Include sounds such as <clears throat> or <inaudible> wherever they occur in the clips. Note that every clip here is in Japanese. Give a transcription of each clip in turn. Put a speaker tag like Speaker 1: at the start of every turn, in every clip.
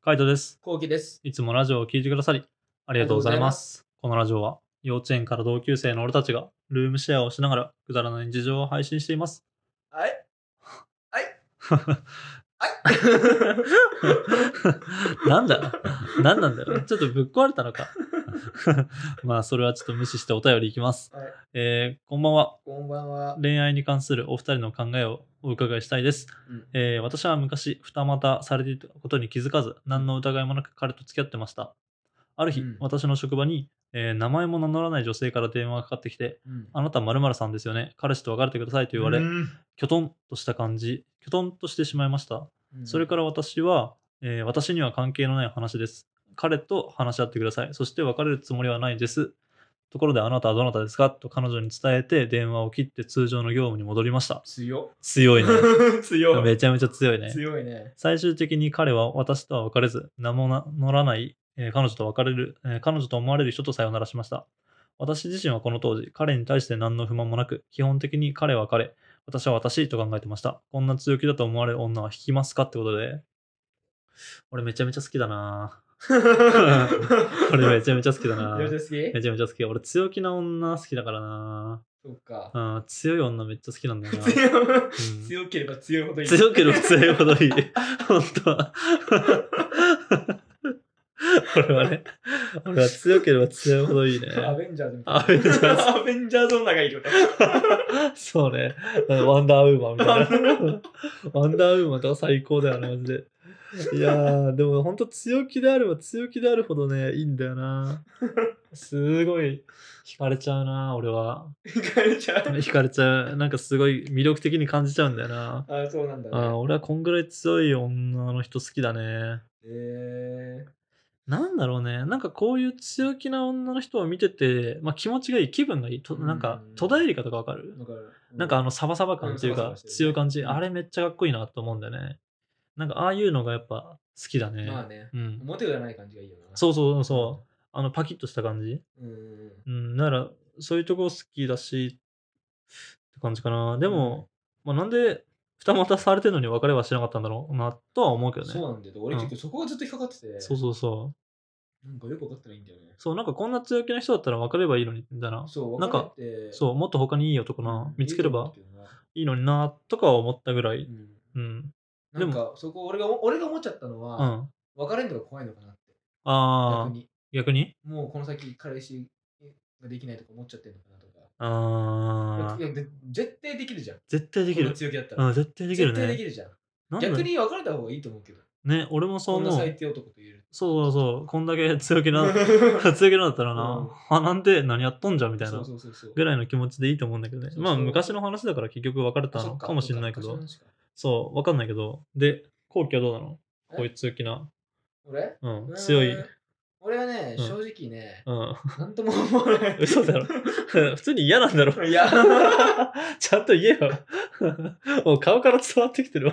Speaker 1: カイトです。
Speaker 2: こうきです。
Speaker 1: いつもラジオを聴いてくださり、ありがとうございます。このラジオは、幼稚園から同級生の俺たちが、ルームシェアをしながら、くだらない事情を配信しています。 <laughs>
Speaker 2: はい。
Speaker 1: なんだよなんなんだよちょっとぶっ壊れたのか。 <laughs> まあ、それはちょっと無視してお便りいきます。
Speaker 2: はい。
Speaker 1: えーこんばんは。
Speaker 2: こんばんは。
Speaker 1: 恋愛に関するお二人の考えをお伺いしたいです、
Speaker 2: うん
Speaker 1: えー私は昔二股されていたことに気づかず何の疑いもなく彼と付き合ってましたある日、
Speaker 2: うん
Speaker 1: 私の職場に、えー名前も名乗らない女性から電話がかかってきて「あなたまるさんですよね彼氏と別れてください」と言われ、
Speaker 2: うん
Speaker 1: きょとんとした感じきょとんとしてしまいましたそれから私は、えー私には関係のない話です。彼と話し合ってください。そして別れるつもりはないです。ところであなたはどなたですかと彼女に伝えて電話を切って通常の業務に戻りました。
Speaker 2: 強
Speaker 1: 強
Speaker 2: <laughs>
Speaker 1: いね。
Speaker 2: 強い
Speaker 1: めちゃめちゃ強いね。
Speaker 2: 強いね。
Speaker 1: 最終的に彼は私とは別れず、名もな乗らない、えー彼女と別れる、えー彼女と思われる人とさよならしました。私自身はこの当時、彼に対して何の不満もなく、基本的に彼は彼、私は私と考えてました。こんな強気だと思われる女は引きますかってことで。俺めちゃめちゃ好きだなぁ俺めちゃめちゃ好きだな
Speaker 2: めちゃ
Speaker 1: ぁ
Speaker 2: 好
Speaker 1: め
Speaker 2: き
Speaker 1: ちゃめちゃ好き。俺強気な女好きだからな
Speaker 2: そっか。
Speaker 1: ぁうん、強い女めっちゃ好きなんだよなぁ
Speaker 2: 強
Speaker 1: うん
Speaker 2: 強ければ強いほどいい。
Speaker 1: 強ければ強いほどいい。本当は。 <laughs> 俺はね、俺は強ければ強いほどいいね。
Speaker 2: アベンジャーズみたいな。
Speaker 1: アベンジャーズ。
Speaker 2: アベンジャーズ女がいる。
Speaker 1: そうね。ワンダーウーマンみたいな。ワンダーウーマンとか最高だよね、マジで。いやー、でも本当強気であれば強気であるほどね、いいんだよな。すごい、惹かれちゃうな、俺は。
Speaker 2: 惹かれちゃう。
Speaker 1: 惹かれちゃう。なんかすごい魅力的に感じちゃうんだよな。
Speaker 2: あ、そうなんだ
Speaker 1: あー
Speaker 2: ね。
Speaker 1: 俺はこんぐらい強い女の人好きだね。
Speaker 2: え
Speaker 1: なんだろうね。なんかこういう強気な女の人を見てて、まあ、気持ちがいい、気分がいい。となんか
Speaker 2: うん、
Speaker 1: 戸田恵梨香とかわかる
Speaker 2: ー。わかる
Speaker 1: なんかあの、サバサバ感っていう
Speaker 2: うんサ
Speaker 1: か
Speaker 2: バサバして、る
Speaker 1: 強
Speaker 2: ね
Speaker 1: い感じ。
Speaker 2: うん
Speaker 1: あれめっちゃかっこいいなと思うんだよね。なんかああいうのがやっぱ好きだね。
Speaker 2: まあね。
Speaker 1: うん。
Speaker 2: 表裏ない感じがいいよな。
Speaker 1: そうそうそうそう。あの、パキッとした感じ。
Speaker 2: う。うん。
Speaker 1: うん。なら、そういうとこ好きだし、って感じかな。でも、まあ、なんで、二股されてるのに別れはしなかったんだろうな、とは思うけどね。
Speaker 2: そうなんだよ。俺結局そこがずっと引っかかってて。
Speaker 1: そうそうそう。
Speaker 2: なんかよくわかってないんだよね。
Speaker 1: そう、なんかこんな強気な人だったら別れればいいのに、みたいな。
Speaker 2: そう、
Speaker 1: なんか
Speaker 2: 別れて
Speaker 1: そう、もっと他にいい男
Speaker 2: うん
Speaker 1: な、見つければ
Speaker 2: いいと思う
Speaker 1: いいのにな、とかは思ったぐら
Speaker 2: け
Speaker 1: い。
Speaker 2: どな
Speaker 1: うん。
Speaker 2: うんなんか、そこ俺が、俺が思っちゃったの
Speaker 1: う
Speaker 2: は、
Speaker 1: ん。
Speaker 2: 別れるのが怖いのかなって、
Speaker 1: ああ、
Speaker 2: 逆に。
Speaker 1: 逆に
Speaker 2: もうこの先、彼氏ができないとか思っちゃってるのかなとか
Speaker 1: ああ
Speaker 2: い、や。で絶対できるじゃん。
Speaker 1: 絶対でき
Speaker 2: この
Speaker 1: る。
Speaker 2: 強気だったら。
Speaker 1: うん、絶対できる
Speaker 2: 絶対で
Speaker 1: ね
Speaker 2: き。るじゃん。
Speaker 1: なんだ
Speaker 2: 逆に別れた方がいいと思うけど。
Speaker 1: ね、俺もそう
Speaker 2: こんな
Speaker 1: 思う。
Speaker 2: 最低男と言える。
Speaker 1: そうそうそう、こんだけ強気
Speaker 2: <laughs>
Speaker 1: な、
Speaker 2: み
Speaker 1: <laughs> 強気なんだったらな、あ、なんで何やっとんじゃんみたい
Speaker 2: そ
Speaker 1: な
Speaker 2: うそうそうそう。
Speaker 1: ぐらいの気持ちでいいと思うんだけどね。
Speaker 2: そうそう
Speaker 1: まあ、昔の話だから結局別れたのかもしれないけ
Speaker 2: そっ
Speaker 1: ど
Speaker 2: か。そっか
Speaker 1: そう、わかんないけど。で、後期はどうなの
Speaker 2: え
Speaker 1: こういう強気な。
Speaker 2: 俺
Speaker 1: うん、強い。う。
Speaker 2: うん俺はね、
Speaker 1: うん
Speaker 2: 正直ね、なんとも思わない。
Speaker 1: 嘘だろ <laughs> 普通に嫌なんだろ
Speaker 2: <laughs> いや、
Speaker 1: <laughs> ちゃんと言えよ。 <laughs> もう顔から伝わってきてる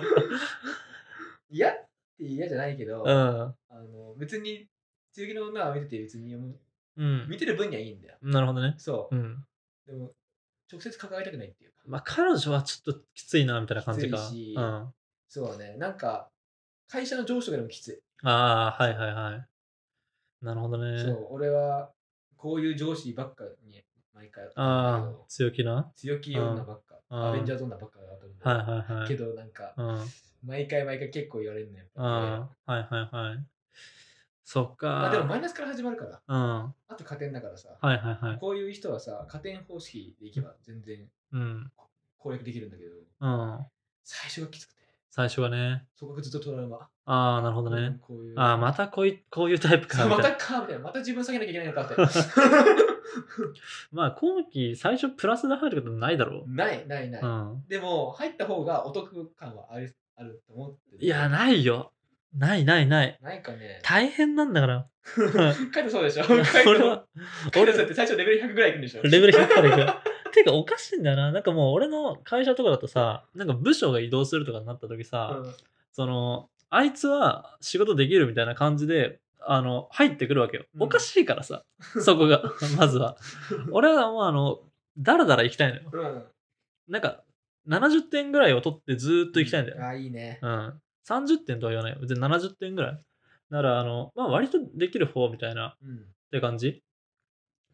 Speaker 2: 嫌って嫌じゃないけど、
Speaker 1: わ。
Speaker 2: あの別に強気の女は見てて別に
Speaker 1: う
Speaker 2: も
Speaker 1: ん。う。
Speaker 2: うん見てる分にはいいんだよ。
Speaker 1: なるほどね。
Speaker 2: そう
Speaker 1: う。ん。
Speaker 2: でも直接関わりたくないっていうか。
Speaker 1: まあ、彼女はちょっときついな、みたいな感じか。
Speaker 2: きついし
Speaker 1: うん。あ
Speaker 2: そうね。なんか会社の上司とかでもきつ
Speaker 1: あー、はいはいはい。なるほど
Speaker 2: い。
Speaker 1: ね。
Speaker 2: そう。俺はこういう上司ばっかに毎回
Speaker 1: ああ、強気な。
Speaker 2: 強気女ばっか。
Speaker 1: うん
Speaker 2: アベンジャーズ女ばっかだと思う。
Speaker 1: はいはいはい。
Speaker 2: けどなんか
Speaker 1: うん。
Speaker 2: 毎回毎回結構言われるのよ。
Speaker 1: うん。はいはいはい。そっ
Speaker 2: ま
Speaker 1: か。
Speaker 2: あでもマイナスから始まるから。
Speaker 1: うん。は
Speaker 2: あと加点だからさ。
Speaker 1: いはいはい。
Speaker 2: <laughs> こういう人はさ、加点方式でいけば全然
Speaker 1: うん。
Speaker 2: 攻略できるんだけど、
Speaker 1: うん。
Speaker 2: 最初がきつくて、
Speaker 1: 最初はね。
Speaker 2: そこがずっとトラウマ。
Speaker 1: ああ、なるほどね。
Speaker 2: こういう。
Speaker 1: ああ、またこういこういうタイプか。
Speaker 2: そう
Speaker 1: みたい
Speaker 2: ま
Speaker 1: な
Speaker 2: たかみたいな。また自分下げなきゃいけないのかって。
Speaker 1: まあ今期最初プラスで入ることないだろ
Speaker 2: <laughs> ないないない。
Speaker 1: う。うん。
Speaker 2: でも、入った方がお得感はあるあると思ってる。
Speaker 1: いや、ないよ。ないないない。
Speaker 2: ないかね。
Speaker 1: 大変なんだから。
Speaker 2: カイトそうでしょカイ
Speaker 1: <laughs>
Speaker 2: ト
Speaker 1: 俺は、
Speaker 2: カイトそうやって最初レベル100ぐらいいくんでしょ
Speaker 1: レベル100から <laughs> いくよ。てかおかしいんだよな。なんかもう俺の会社とかだとさ、なんか部署が移動するとかになった時さ、
Speaker 2: うん
Speaker 1: その、あいつは仕事できるみたいな感じで、あの、入ってくるわけよ。
Speaker 2: うん
Speaker 1: おかしいからさ、そこ
Speaker 2: <laughs>
Speaker 1: が、まずは。俺はもうあの、だらだら行きたいのよ。
Speaker 2: うん。
Speaker 1: なんか、70点ぐらいを取ってずーっと行きたいんだよ。
Speaker 2: あ、いいね。
Speaker 1: うん。30点とは言わないよ。別に70点ぐらい。なら、あの、まあ、割とできる方みたいな
Speaker 2: うん。
Speaker 1: って感じ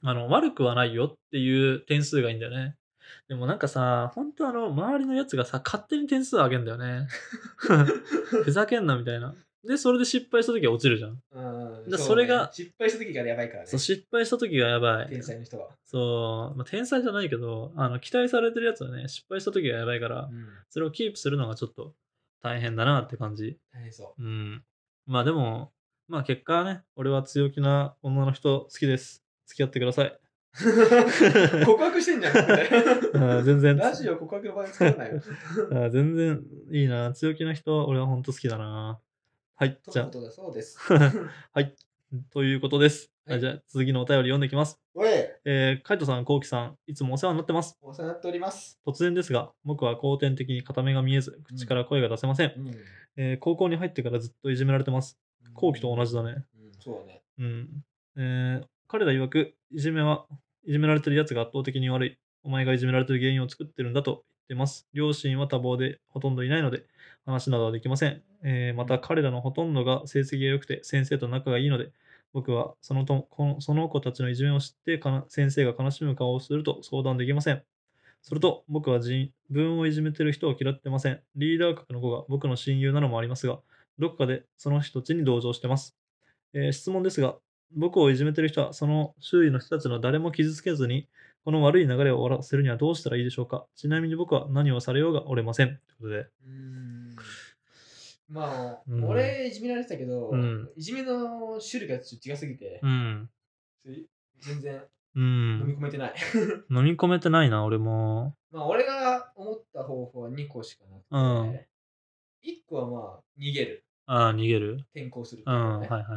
Speaker 1: あの、悪くはないよっていう点数がいいんだよね。でもなんかさ、ほんとあの、周りのやつがさ、勝手に点数上げんだよ
Speaker 2: <laughs>
Speaker 1: ね。ふざけんなみたいな。で、それで失敗した時は落ちるじゃん。
Speaker 2: うん
Speaker 1: じゃあそれが
Speaker 2: そうね失敗した時がやばいからね
Speaker 1: そう、失敗した時がやばい。
Speaker 2: 天才の人は、
Speaker 1: そう、まあ、天才じゃないけど、あの、期待されてるやつはね、失敗した時がやばいから
Speaker 2: う、ん、
Speaker 1: それをキープするのがちょっと大変だなって感じ。
Speaker 2: 大変そ
Speaker 1: うん。まあでも、まあ結果はね、俺は強気な女の人好きです。付き合ってくださ
Speaker 2: <laughs>
Speaker 1: い。
Speaker 2: う <laughs> 告白してんじゃんこれ
Speaker 1: うん全然。
Speaker 2: ラジオ告白の場に作らないよ
Speaker 1: あ全然いいな。強気な人、俺は本当好きだな。はい、
Speaker 2: と
Speaker 1: じ
Speaker 2: の
Speaker 1: ゃ
Speaker 2: ことだそ
Speaker 1: <laughs>
Speaker 2: うです
Speaker 1: あ、はい、ということです。
Speaker 2: はい
Speaker 1: じゃあ、次のお便り読んでいきます。
Speaker 2: おい
Speaker 1: えー、カイトさん、コウキさん、いつもお世話になってます。
Speaker 2: お世話になっております、
Speaker 1: 突然ですが、僕は後天的に片目が見えず、口から声が出せません。
Speaker 2: うん、
Speaker 1: えー高校に入ってからずっといじめられてます。コウキと同じだね。
Speaker 2: うん、そうだね
Speaker 1: うん。えー、彼ら曰く、いじめは、いじめられてるやつが圧倒的に悪い。お前がいじめられてる原因を作ってるんだと言ってます。両親は多忙でほとんどいないので、話などはできません。えーまた、彼らのほとんどが成績が良くて、先生と仲がいいので、僕はそのとこのその子たちのいじめを知ってかな先生が悲しむ顔をすると相談できません。すると、僕は自分をいじめてる人を嫌ってません。リーダー格の子が僕の親友なのもありますが、どこかでその人たちに同情してます。えー質問ですが、僕をいじめてる人は、その周囲の人たちの誰も傷つけずに、この悪い流れを終わらせるにはどうしたらいいでしょうかちなみに僕は何をされようが折れません。ということで。
Speaker 2: うーんまあ、
Speaker 1: うん
Speaker 2: 俺いじめられてたけど、
Speaker 1: うん
Speaker 2: いじめの種類がちょっと違すぎて、
Speaker 1: うん。
Speaker 2: 全然
Speaker 1: う
Speaker 2: 飲み
Speaker 1: ん。
Speaker 2: 込めてない、
Speaker 1: 飲み込めてないな、俺も。
Speaker 2: まあ俺が思った方法は2個しかなくて、1個はまあ逃げる
Speaker 1: ああ、逃げる。
Speaker 2: 転校するって
Speaker 1: う。
Speaker 2: いうんの
Speaker 1: は
Speaker 2: ね
Speaker 1: いはいは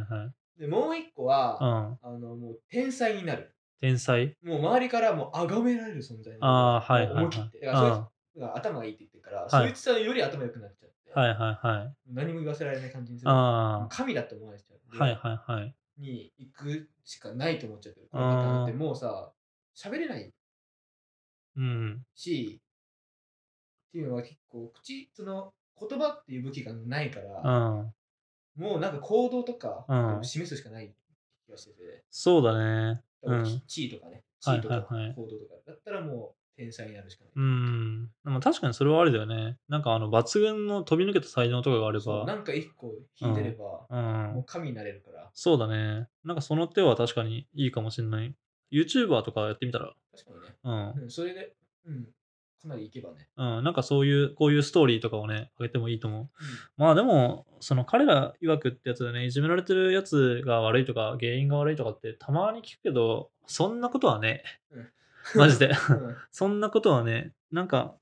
Speaker 1: い。
Speaker 2: でもう1個は、
Speaker 1: うん。
Speaker 2: あのもう天才になる
Speaker 1: 天才
Speaker 2: もう周りからもう崇められる存在になる
Speaker 1: ああ、はいはい
Speaker 2: 思
Speaker 1: はい
Speaker 2: 切って。だ
Speaker 1: うん
Speaker 2: からそ
Speaker 1: は
Speaker 2: いつが頭がいいって言ってるから、
Speaker 1: はい
Speaker 2: そいつはより頭良くなっちゃって、
Speaker 1: いはいはい。
Speaker 2: 何も言わせられない感じにする
Speaker 1: あ
Speaker 2: 神だと思われちゃう
Speaker 1: あ、はいはいはい。
Speaker 2: に行くしかないと思っちゃってる。こ
Speaker 1: あー
Speaker 2: の方なんてもうさ、喋れない
Speaker 1: うん。
Speaker 2: し、っていうのは結構、口、その言葉っていう武器がないか
Speaker 1: う
Speaker 2: ら、
Speaker 1: ん。
Speaker 2: もうなんか行動とか
Speaker 1: うん
Speaker 2: 示すしかない気がしてて、
Speaker 1: そうだね。
Speaker 2: だから
Speaker 1: うん
Speaker 2: 地位とかね、地
Speaker 1: はい
Speaker 2: 位とか行
Speaker 1: はいはい
Speaker 2: 動とか、だったらもう天才になるしか
Speaker 1: う
Speaker 2: ない。
Speaker 1: ん。でも確かにそれはありだよね。なんかあの、抜群の飛び抜けた才能とかがあれ
Speaker 2: そうな
Speaker 1: ば。
Speaker 2: んか一個引いてれば、
Speaker 1: う。
Speaker 2: もうん神になれるから、
Speaker 1: そうだね。なんかその手は確かにいいかもしれない。YouTuber とかやってみたら。
Speaker 2: 確かにね、
Speaker 1: うん。
Speaker 2: うん、それで、うん、かなりいけばね。
Speaker 1: うん。なんかそういう、こういうストーリーとかをね、上げてもいいと思う。
Speaker 2: うん
Speaker 1: まあでも、その彼ら曰くってやつでね、いじめられてるやつが悪いとか、原因が悪いとかってたまに聞くけど、そんなことはね
Speaker 2: うん、
Speaker 1: <laughs> マジで。
Speaker 2: うん
Speaker 1: <laughs> そんなことはね、なんか、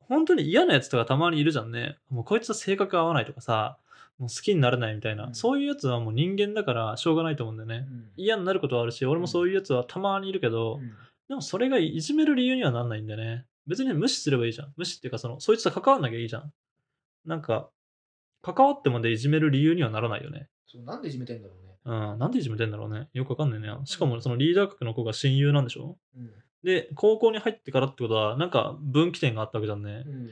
Speaker 1: 本当に嫌なやつとかたまにいるじゃんね。もうこいつと性格合わないとかさ、もう好きになれないみたいな、
Speaker 2: うん
Speaker 1: そういうやつはもう人間だからしょうがないと思うんだよね。
Speaker 2: うん
Speaker 1: 嫌になることはあるし、俺もそういうやつはたまにいるけど、
Speaker 2: うん
Speaker 1: でもそれがいじめる理由にはなんないんだよね。別に無視すればいいじゃん。無視っていうか、その、そいつと関わんなきゃいいじゃん。なんか、関わってまでいじめる理由にはならないよね。
Speaker 2: そうなんでいじめてんだろうね。
Speaker 1: うん、なんでいじめてんだろうね。よくわかんないね。しかも、そのリーダー格の子が親友なんでしょ
Speaker 2: うん
Speaker 1: で、高校に入ってからってことは、なんか分岐点があったわけじゃんね。
Speaker 2: うん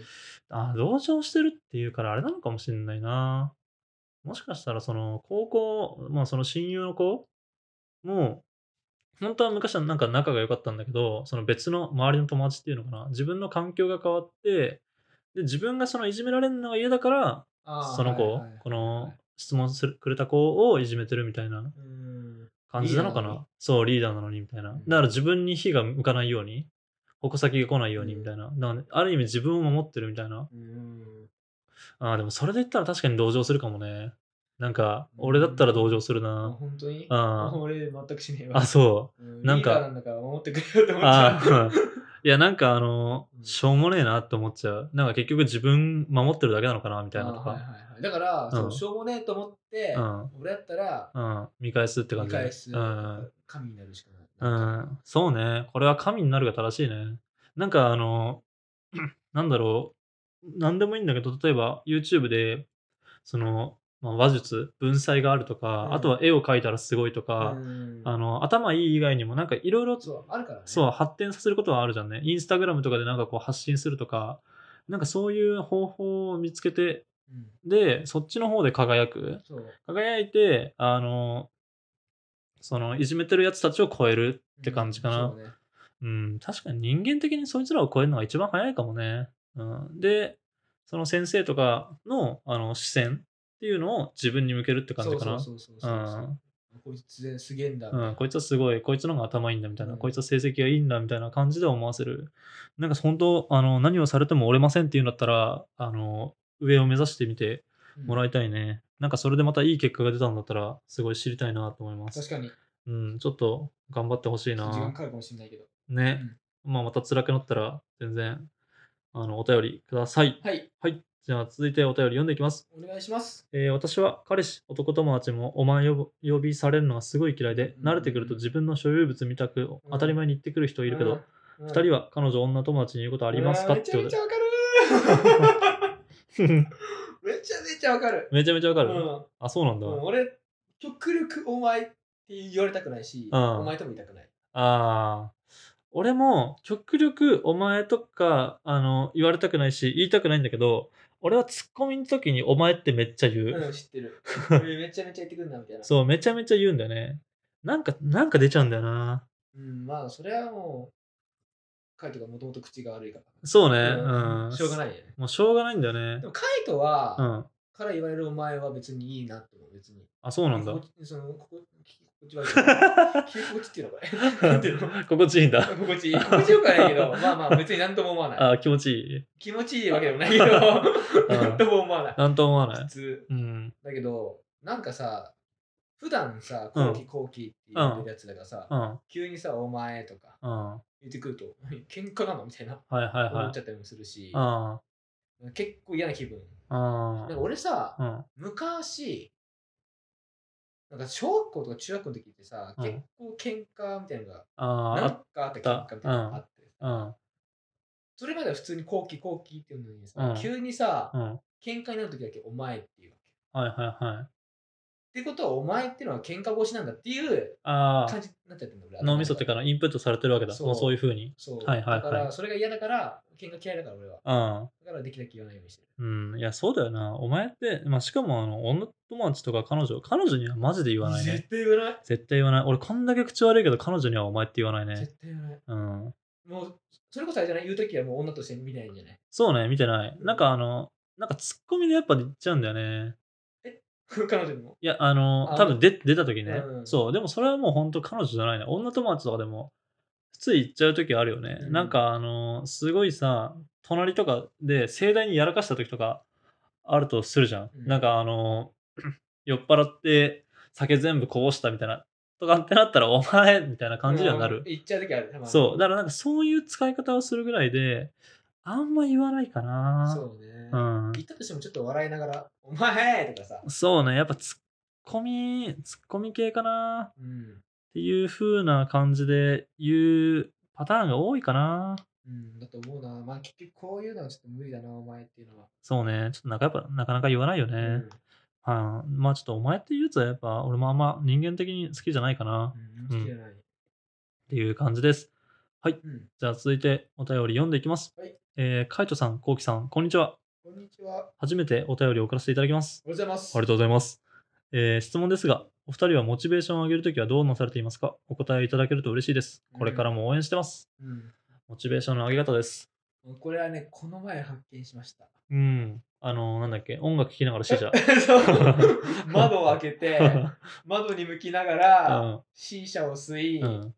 Speaker 1: ああ、同情してるっていうからあれなのかもしれないな。もしかしたら、その、高校、まあ、その親友の子も、本当は昔はなんか仲が良かったんだけど、その別の周りの友達っていうのかな、自分の環境が変わって、で、自分がそのいじめられるのが嫌だから、
Speaker 2: あー
Speaker 1: その子、
Speaker 2: はいはいはい
Speaker 1: この質問するくれた子をいじめてるみたいな
Speaker 2: うん
Speaker 1: 感じなのかな
Speaker 2: リーダーなのに
Speaker 1: そうリーダーなのにみたいな、
Speaker 2: うん
Speaker 1: だから自分に火が向かないように矛先が来ないようにみたいな、だからねある意味自分を守ってるみたいな
Speaker 2: うん
Speaker 1: あーでもそれで言ったら確かに同情するかもねなんか
Speaker 2: うん
Speaker 1: 俺だったら同情する
Speaker 2: あ
Speaker 1: な、
Speaker 2: 本当に
Speaker 1: あー
Speaker 2: 俺全くしねえわ。
Speaker 1: あそう
Speaker 2: リ
Speaker 1: なん
Speaker 2: ー
Speaker 1: か
Speaker 2: ダーなんだから守ってくれよと
Speaker 1: う
Speaker 2: 思っち
Speaker 1: あ
Speaker 2: ゃ
Speaker 1: ーう
Speaker 2: う。
Speaker 1: んいやなんかあの
Speaker 2: うん
Speaker 1: しょうもねえなって思っちゃうなんか結局自分守ってるだけなのかなみたいなと
Speaker 2: あーはい
Speaker 1: か、
Speaker 2: はいはいだから、そう
Speaker 1: うん
Speaker 2: しょうもねえと思って、俺だったら、
Speaker 1: うんうん見返すって感
Speaker 2: 見
Speaker 1: じで
Speaker 2: 返す、
Speaker 1: うん
Speaker 2: 神になるしか
Speaker 1: う
Speaker 2: ない。
Speaker 1: ん、そうね。これは神になるが正しいね。なんかあの、 <clears throat> なんだろう。なんでもいいんだけど、例えば YouTube で、その、まあ、話術、文才があるとか、
Speaker 2: うん
Speaker 1: あとは絵を描いたらすごいとか、
Speaker 2: うん
Speaker 1: あの、頭いい以外にもなんかいろいろ、
Speaker 2: そう、あるからね。
Speaker 1: そう、発展させることはあるじゃんね。インスタグラムとかでなんかこう発信するとか、なんかそういう方法を見つけて、
Speaker 2: ううん、
Speaker 1: で、そっちの方で輝く。
Speaker 2: そう。
Speaker 1: 輝いて、あの、その、いじめてるやつたちを超えるって感じかな。
Speaker 2: うんそうね
Speaker 1: うん、確かに人間的にそいつらを超えるのが一番早いかもね。うん、で、その先生とかのあの視線っていうのを自分に向けるって感じかな。
Speaker 2: そうそうそうそうそうこいつすげえんだ。
Speaker 1: うん、こいつはすごい、こいつの方が頭いいんだみたいな、
Speaker 2: うん
Speaker 1: こいつは成績がいいんだみたいな感じで思わせる。なんか本当、あの何をされても折れませんっていうんだったら、あの上を目指してみてもら
Speaker 2: い
Speaker 1: いたいね。なんかそれでまたいい結果が出たんだったら、すごい知りたいなと思います。
Speaker 2: 確かに、
Speaker 1: うん、ちょっと頑張ってほしい
Speaker 2: 時
Speaker 1: な。
Speaker 2: 間かかるかもしれないけど。
Speaker 1: ね、まあ、また辛くなったら全然あのお便りください。
Speaker 2: はい、
Speaker 1: はい。じゃあ続いてお便り読んでいきます。
Speaker 2: お願いします。
Speaker 1: えー私は彼氏、男友達もお前呼ぶ呼びされるのがすごい嫌いで、
Speaker 2: うん
Speaker 1: 慣れてくると自分の所有物みたく当たり前に言ってくる人いるけど、
Speaker 2: う
Speaker 1: 二
Speaker 2: ん、うん
Speaker 1: 人は彼女、女友達に言うことありますか
Speaker 2: うわ
Speaker 1: ってこ
Speaker 2: め
Speaker 1: と
Speaker 2: ち
Speaker 1: で
Speaker 2: ゃ。めちゃわかる <laughs> めちゃめちゃわかる。
Speaker 1: <laughs> めちゃめちゃわか
Speaker 2: う
Speaker 1: る。
Speaker 2: ん
Speaker 1: あ、そうなんだ。
Speaker 2: うん俺、極力お前って言われたくないし、
Speaker 1: うん
Speaker 2: お前とも言いたくない。
Speaker 1: ああ。俺も極力お前とかあの言われたくないし言いたくないんだけど俺はツッコミの時にお前ってめっちゃ言う、
Speaker 2: うん、知って
Speaker 1: <laughs>
Speaker 2: る。俺めちゃめちゃ言ってくるな、みたいな。
Speaker 1: そう、めちゃめちゃ言うんだよね。なんか、なんか出ちゃうんだよな。
Speaker 2: うん、まあ、それはもう、カイトがもともと口が悪いから。
Speaker 1: そうね。
Speaker 2: うん
Speaker 1: うん。。
Speaker 2: しょうがないいよね。
Speaker 1: もうしょうがないんだよね
Speaker 2: で。も、カイト
Speaker 1: う
Speaker 2: は、
Speaker 1: ん。
Speaker 2: から言われるお前は別にいいなって思う、別に。
Speaker 1: あ、そうなんだ。
Speaker 2: <laughs> こそのここ聞
Speaker 1: <laughs>
Speaker 2: き心地悪い。聞き心地っていうのこれ。なんていう <laughs> の
Speaker 1: 心地いいんだ。
Speaker 2: 心地いい。心地よくはないけど、まあまあ別に何とも思わない。
Speaker 1: <laughs> あ、気持ちいい。
Speaker 2: 気持ちいいわけでもない
Speaker 1: <laughs>
Speaker 2: けど、何とも思わない。
Speaker 1: なんとも思わな
Speaker 2: 普
Speaker 1: い。
Speaker 2: 通。
Speaker 1: うん。
Speaker 2: だけど、なんかさ、普段さ、後期後期って言ってるやつだからさ、
Speaker 1: うん。
Speaker 2: 急にさ、お前とか
Speaker 1: うん。は
Speaker 2: 言ってくると、喧嘩なのみたいない
Speaker 1: はい
Speaker 2: 思
Speaker 1: は
Speaker 2: っち
Speaker 1: い。
Speaker 2: ゃったりもするし、
Speaker 1: うん。
Speaker 2: 結構嫌な気
Speaker 1: う
Speaker 2: 分。
Speaker 1: ん
Speaker 2: なんか。俺さ、
Speaker 1: うん。
Speaker 2: 昔、なんか小学校とか中学校の時ってさ、
Speaker 1: うん
Speaker 2: 結構喧嘩みたいなのが、なん
Speaker 1: あ
Speaker 2: かあった喧嘩みたいなのがあって、
Speaker 1: あ。うん。
Speaker 2: それまでは普通に後期後期っていうのにさ、
Speaker 1: うん
Speaker 2: 急にさ、
Speaker 1: うん。はい
Speaker 2: 喧嘩になる時だけお前っていうわけ。
Speaker 1: はいはい。
Speaker 2: ってことはお前っていうのは喧嘩越しなんだっていう
Speaker 1: あ
Speaker 2: 感
Speaker 1: あ。
Speaker 2: じになっちゃってるんだ俺
Speaker 1: 脳みそっていうかのインプットされてるわけだ。
Speaker 2: そう
Speaker 1: もうそういうふうに。
Speaker 2: そう、
Speaker 1: はいはいはい
Speaker 2: だからそれが嫌だから喧嘩嫌いだから俺は
Speaker 1: うん。
Speaker 2: だからできるだけ言わないようにしてる
Speaker 1: うん。いや、そうだよな。お前って、まあ、しかも、あの、女友達とか彼女、彼女にはマジで言わないね。
Speaker 2: 絶対言わない
Speaker 1: 絶対言わない。俺、こんだけ口悪いけど、彼女にはお前って言わないね。
Speaker 2: 絶対言わない
Speaker 1: うん。
Speaker 2: もうそれこそあれじゃない言う時はもう女として見ないんじゃない <laughs>
Speaker 1: そうね、見てない。なんかあの、なんかツッコミでやっぱ言っちゃうんだよね。
Speaker 2: 彼女にも
Speaker 1: いや、あの、
Speaker 2: あ
Speaker 1: 多分出出た時ね、
Speaker 2: うん
Speaker 1: そう、でもそれはもう本当彼女じゃないね。女友達とかでも、普通言っちゃう時あるよね。
Speaker 2: うん
Speaker 1: なんかあの、すごいさ、隣とかで盛大にやらかした時とかあるとするじゃん。
Speaker 2: うん
Speaker 1: なんかあの、 <clears throat> 酔っ払って酒全部こぼしたみたいな、とかってなったら、お前みたいな感じにはなる。
Speaker 2: うん言っちゃう時あるたまに
Speaker 1: そう、だからなんかそういう使い方をするぐらいで、あんま言わないかな。
Speaker 2: そうね、
Speaker 1: うん。
Speaker 2: 言ったとしてもちょっと笑いながら「お前!」とかさ、
Speaker 1: そうね、やっぱツッコミ、ツッコミ系かなっ
Speaker 2: うん
Speaker 1: ていう風な感じで言うパターンが多いかな。
Speaker 2: うん、だと思うなまあ結局こういうのはちょっと無理だなお前っていうのは、
Speaker 1: そうね、ちょっとなんかやっぱなかなか言わないよね。
Speaker 2: うん
Speaker 1: はいまあちょっとお前っていうやつはやっぱ俺もあんま人間的に好きじゃないかなっ
Speaker 2: うん、好きじゃない、
Speaker 1: ていう感じです。
Speaker 2: うん、
Speaker 1: じゃあ続いてお便り読んでいきます。
Speaker 2: はい
Speaker 1: えー、カイトさん、コウキさん、こんにちは。
Speaker 2: こんにちは
Speaker 1: 初めてお便りを送らせていただきます。
Speaker 2: おはようございます
Speaker 1: ありがとうございます。えー質問ですが、お二人はモチベーションを上げるときはどうなされていますかお答えいただけると嬉しいです。これからも応援してます。
Speaker 2: うん
Speaker 1: モチベーションの上げ方です。
Speaker 2: これはね、この前発見し
Speaker 1: <laughs>
Speaker 2: ました。
Speaker 1: うん。あのーなんだっけ、音楽聴きながらしてじゃ。
Speaker 2: 窓を開けて、窓に向きながら、シーシャを吸い、
Speaker 1: うん。うん。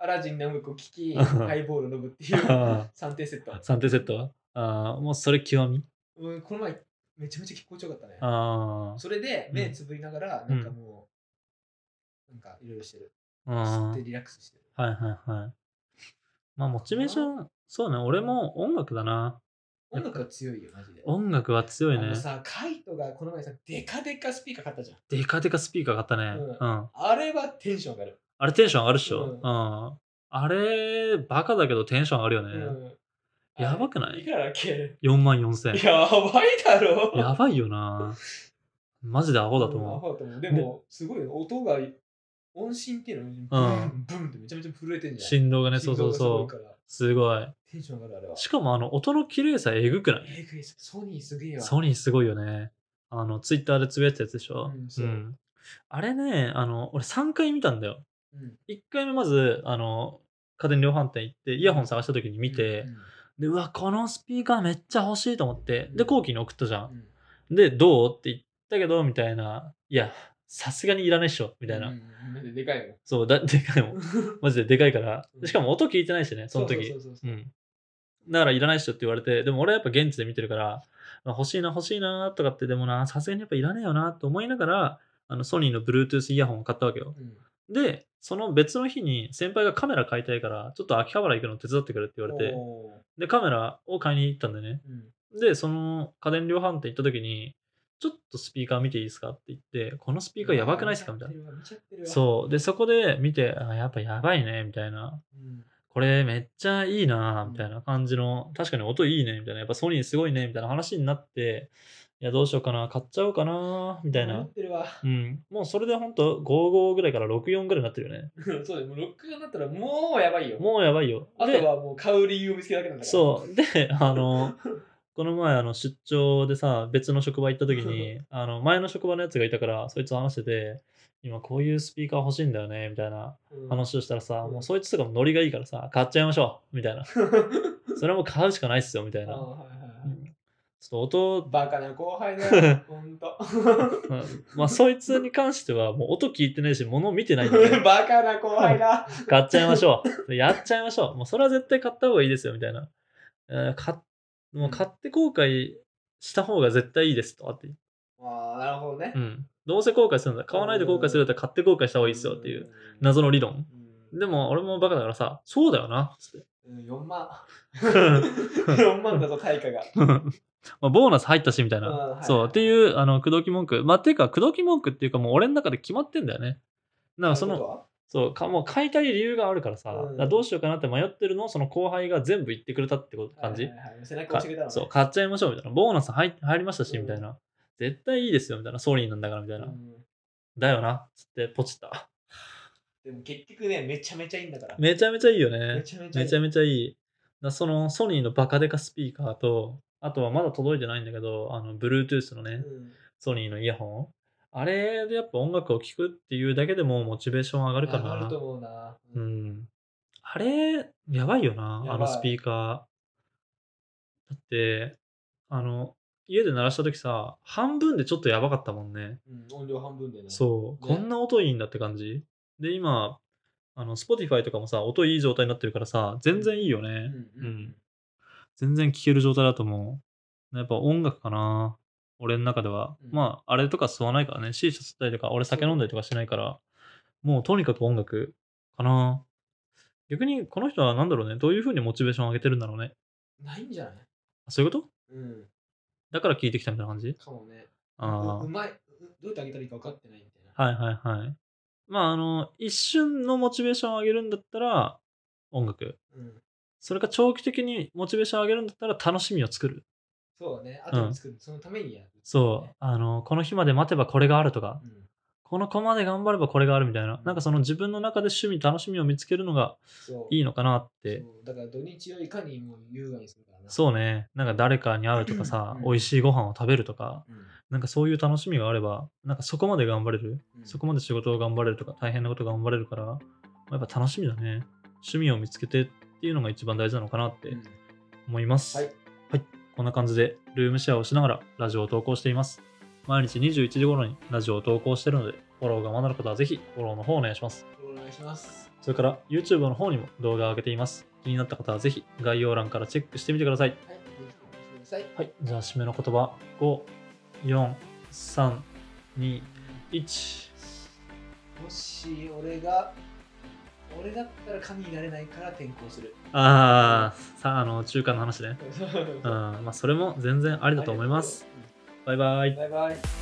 Speaker 2: アラジンの音楽を聴き、
Speaker 1: うん
Speaker 2: ハイボールを飲むっていう
Speaker 1: うん
Speaker 2: 3点セット。
Speaker 1: 3点セットはああ、もうそれ極み
Speaker 2: うんこの前、めちゃめちゃ気持ちよかったね。
Speaker 1: あ
Speaker 2: それで、目つぶりながら、
Speaker 1: うん
Speaker 2: なんかもう、なんかいろいろしてる。
Speaker 1: あ。うん。は
Speaker 2: 吸っ
Speaker 1: い
Speaker 2: てリラックスしてる。
Speaker 1: はいはい。まあ、モチベーション、そうね、俺も音楽だな。
Speaker 2: 音楽は強いよ、マジで。
Speaker 1: 音楽は強い
Speaker 2: あ
Speaker 1: ね
Speaker 2: の。さ、カイトがこの前さ、デカデカスピーカー買ったじゃん。
Speaker 1: デカデカスピーカー買ったね。
Speaker 2: う
Speaker 1: うん
Speaker 2: あれはテンション上がる。
Speaker 1: あれテンション上がるっしょ。
Speaker 2: う
Speaker 1: うんん。あれ、バカだけどテンション上がるよね。
Speaker 2: うん
Speaker 1: やばくない
Speaker 2: いくらだっけ <laughs>
Speaker 1: 4万4千。
Speaker 2: やばいだろ
Speaker 1: やばいよな。マジでアホだと
Speaker 2: んア
Speaker 1: 思
Speaker 2: ホだと思う。でも、すごいよ音が、音信っていうのに、ブンブンってめちゃめちゃ震えてん
Speaker 1: う。
Speaker 2: じゃん。
Speaker 1: 振動がね、そ
Speaker 2: 振
Speaker 1: うそ
Speaker 2: 動
Speaker 1: う
Speaker 2: がす
Speaker 1: そ
Speaker 2: ごい
Speaker 1: う。
Speaker 2: から
Speaker 1: すごい。
Speaker 2: テンション上がる、あれは。
Speaker 1: しかも、あの、音の綺麗さえぐくない
Speaker 2: えぐいっすソニーすげえわ。
Speaker 1: ソニーすごいよね。あの、ツイッターでつぶやいたやつでしょ、
Speaker 2: うんそうん
Speaker 1: あれね、あの、俺3回見たんだよ。
Speaker 2: うん
Speaker 1: 1回目まず、あの、家電量販店行って、イヤホン探した時に見て、で、うわ、このスピーカーめっちゃ欲しいと思って、で、後期に送ったじゃ
Speaker 2: うんん。うん
Speaker 1: で、どうって言ったけど、みたいな、いや、さすがにいらないっしょ、みたいな。
Speaker 2: うんうんでかいよ
Speaker 1: そう、だでかい <laughs> もん。マジででかいから。しかも音聞いてないしね、その時。
Speaker 2: そうそうそう
Speaker 1: う。
Speaker 2: そうん
Speaker 1: だからいらないっしょって言われて、でも俺はやっぱ現地で見てるから、まあ欲しいな欲しいなとかって、でもな、さすがにやっぱいらねえよなと思いながら、あのソニーの Bluetooth イヤホンを買ったわけよ。
Speaker 2: うん
Speaker 1: で、その別の日に先輩がカメラ買いたいから、ちょっと秋葉原行くの手伝ってくれって言われて、
Speaker 2: おー
Speaker 1: で、カメラを買いに行ったんだよね。
Speaker 2: うん
Speaker 1: で、その家電量販店行った時に、ちょっとスピーカー見ていいですかって言って、このスピーカーやばくないですかみたいな。
Speaker 2: 見ちゃってるわ見ちゃってるわ
Speaker 1: そう。で、そこで見て、あやっぱやばいね、みたいな。
Speaker 2: うん
Speaker 1: これめっちゃいいな
Speaker 2: うん
Speaker 1: みたいな感じの、確かに音いいねみたいなやっぱソニーすごいねみたいな話になっていやどうしようかな買っちゃおうかなみたい
Speaker 2: 思
Speaker 1: な
Speaker 2: っ、てるわ <laughs>
Speaker 1: うん、もうそれでほんと55ぐらいから64ぐらいになってるよね
Speaker 2: そうだよもうロックになったらもうやばいよ
Speaker 1: もうやばいよ
Speaker 2: あと
Speaker 1: で
Speaker 2: はもう買う理由を見つけるだけなんだから
Speaker 1: そうであのこの前あの出張でさ別の職場行った時
Speaker 2: <laughs>
Speaker 1: にあの前の職場のやつがいたからそいつと話してて今こういうスピーカー欲しいんだよねみたいな
Speaker 2: うん
Speaker 1: 話をしたらさ、
Speaker 2: うん
Speaker 1: もうそいつとかもノリがいいからさ買っちゃいましょうみたい
Speaker 2: <laughs>
Speaker 1: なそれはもう買うしかないっすよみたい
Speaker 2: あー
Speaker 1: な
Speaker 2: はいはいは
Speaker 1: う
Speaker 2: い
Speaker 1: んちょっと音、
Speaker 2: バカな後輩だ
Speaker 1: <laughs>
Speaker 2: な、ほんと。
Speaker 1: まあ、まあそいつに関しては、もう音聞いてないし、物見てないんで、 <laughs> ね、
Speaker 2: バカな後輩だ。
Speaker 1: 買っちゃいましょう。やっちゃいましょう。もうそれは絶対買った方がいいですよ、みたいな。えー買っもう買って後悔した方が絶対いいですとかって。
Speaker 2: ああ、なるほどね
Speaker 1: う。ん。どうせ後悔するんだ。買わないで後悔するんだったら買って後悔した方がいいですよっていう謎の理論。
Speaker 2: うん。
Speaker 1: でも俺もバカだからさ、そうだよな。つ <laughs> って
Speaker 2: うん4万。4万だぞ、対価が。
Speaker 1: まあボーナス入ったしみたい
Speaker 2: うん
Speaker 1: な
Speaker 2: は。い
Speaker 1: そう。っていう、あの、口説き文句。まあ、っていうか、口説き文句っていうか、もう俺の中で決まってんだよね。なんかその、そうかもう買いたい理由があるからさ、
Speaker 2: うん
Speaker 1: だからどうしようかなって迷ってるのをその後輩が全部言ってくれたってこと感じ、
Speaker 2: はいはいはい背中
Speaker 1: か
Speaker 2: 押してくれたのね。
Speaker 1: そう買っちゃいましょうみたいなボーナス入入りましたし、
Speaker 2: うん
Speaker 1: みたいな絶対いいですよみたいなソーリーなんだからみたいな、
Speaker 2: うん
Speaker 1: だよなつってポチった <laughs>
Speaker 2: でも結局ね、めちゃめちゃいいんだから。
Speaker 1: めちゃめちゃいいよ
Speaker 2: め
Speaker 1: ね
Speaker 2: ちゃめちゃい
Speaker 1: め
Speaker 2: い
Speaker 1: ちゃめちゃいいだからそのソニーのバカデカスピーカーとあとはまだ届いてないんだけどあの Bluetooth のね、
Speaker 2: うん
Speaker 1: ソニーのイヤホンあれでやっぱ音楽を聴くっていうだけでもモチベーション上がるかな
Speaker 2: あると思うな。
Speaker 1: う
Speaker 2: うん
Speaker 1: んあれ、やばいよな、
Speaker 2: やばい
Speaker 1: あのスピーカー。だって、あの、家で鳴らした時さ、半分でちょっとやばかったもんね。
Speaker 2: うん音量半分でね。
Speaker 1: そう、こ
Speaker 2: ね
Speaker 1: んな音いいんだって感じ。で、今、あの、Spotify とかもさ、音いい状態になってるからさ、全然いいよね。
Speaker 2: うんうんうん
Speaker 1: 全然聴ける状態だと思う。やっぱ音楽かな。俺の中では。
Speaker 2: うん
Speaker 1: まあ、あれとか吸わないからね。シーシャ吸ったりとか、俺酒飲んだりとかしないから、もうとにかく音楽かな。逆にこの人は何だろうね。どういう風にモチベーションを上げてるんだろうね。
Speaker 2: ないんじゃない
Speaker 1: あそういうこと
Speaker 2: うん。
Speaker 1: だから聴いてきたみたいな感じ
Speaker 2: かもね。
Speaker 1: あ
Speaker 2: ううまい。うどうやってあげたらいいか分かってないみたいな。
Speaker 1: あ。はいはいはい。まあ、あの、一瞬のモチベーションを上げるんだったら、音楽。
Speaker 2: うん。
Speaker 1: それか長期的にモチベーションを上げるんだったら楽しみを作る。
Speaker 2: そうだね。あとで作る。そのためにやる。
Speaker 1: そう。あの、この日まで待てばこれがあるとか、
Speaker 2: うん。
Speaker 1: この子まで頑張ればこれがあるみたいな、
Speaker 2: うん
Speaker 1: なんかその自分の中で趣味、楽しみを見つけるのが
Speaker 2: そう。
Speaker 1: いい
Speaker 2: っ
Speaker 1: のかなって。
Speaker 2: だから土日をいかにもう優雅にするからな。
Speaker 1: そうね、なんか誰かに会うとかさ、
Speaker 2: うん
Speaker 1: 美味しいご飯を食べるとか、
Speaker 2: うん。
Speaker 1: なんかそういう楽しみがあれば、なんかそこまで頑張れる、
Speaker 2: うん
Speaker 1: そこまで仕事を頑張れるとか、大変なことが頑張れるから、まあやっぱ楽しみだね。趣味を見つけてっていうのが一番大事なのかなっ
Speaker 2: う
Speaker 1: て
Speaker 2: ん
Speaker 1: 思います。
Speaker 2: はい。
Speaker 1: はい。こんな感じで、ルームシェアをしながらラジオを投稿しています。毎日21時頃にラジオを投稿しているので、フォローがまだの方はぜひフォローの方をお願いします。
Speaker 2: お願いします。
Speaker 1: それから YouTube の方にも動画を上げています。気になった方はぜひ概要欄からチェックしてみてください。
Speaker 2: はい。ぜひお願いしてください。
Speaker 1: はい。じゃあ、締めの言葉。5、4、3、2、1。
Speaker 2: もし俺が、俺だったら神になれないから転校する。
Speaker 1: あー、さあ、あの、中間の話ね。
Speaker 2: <laughs> うん
Speaker 1: うん。まあ、それも全然ありだと思います。。バイバイ
Speaker 2: バ。イバイ。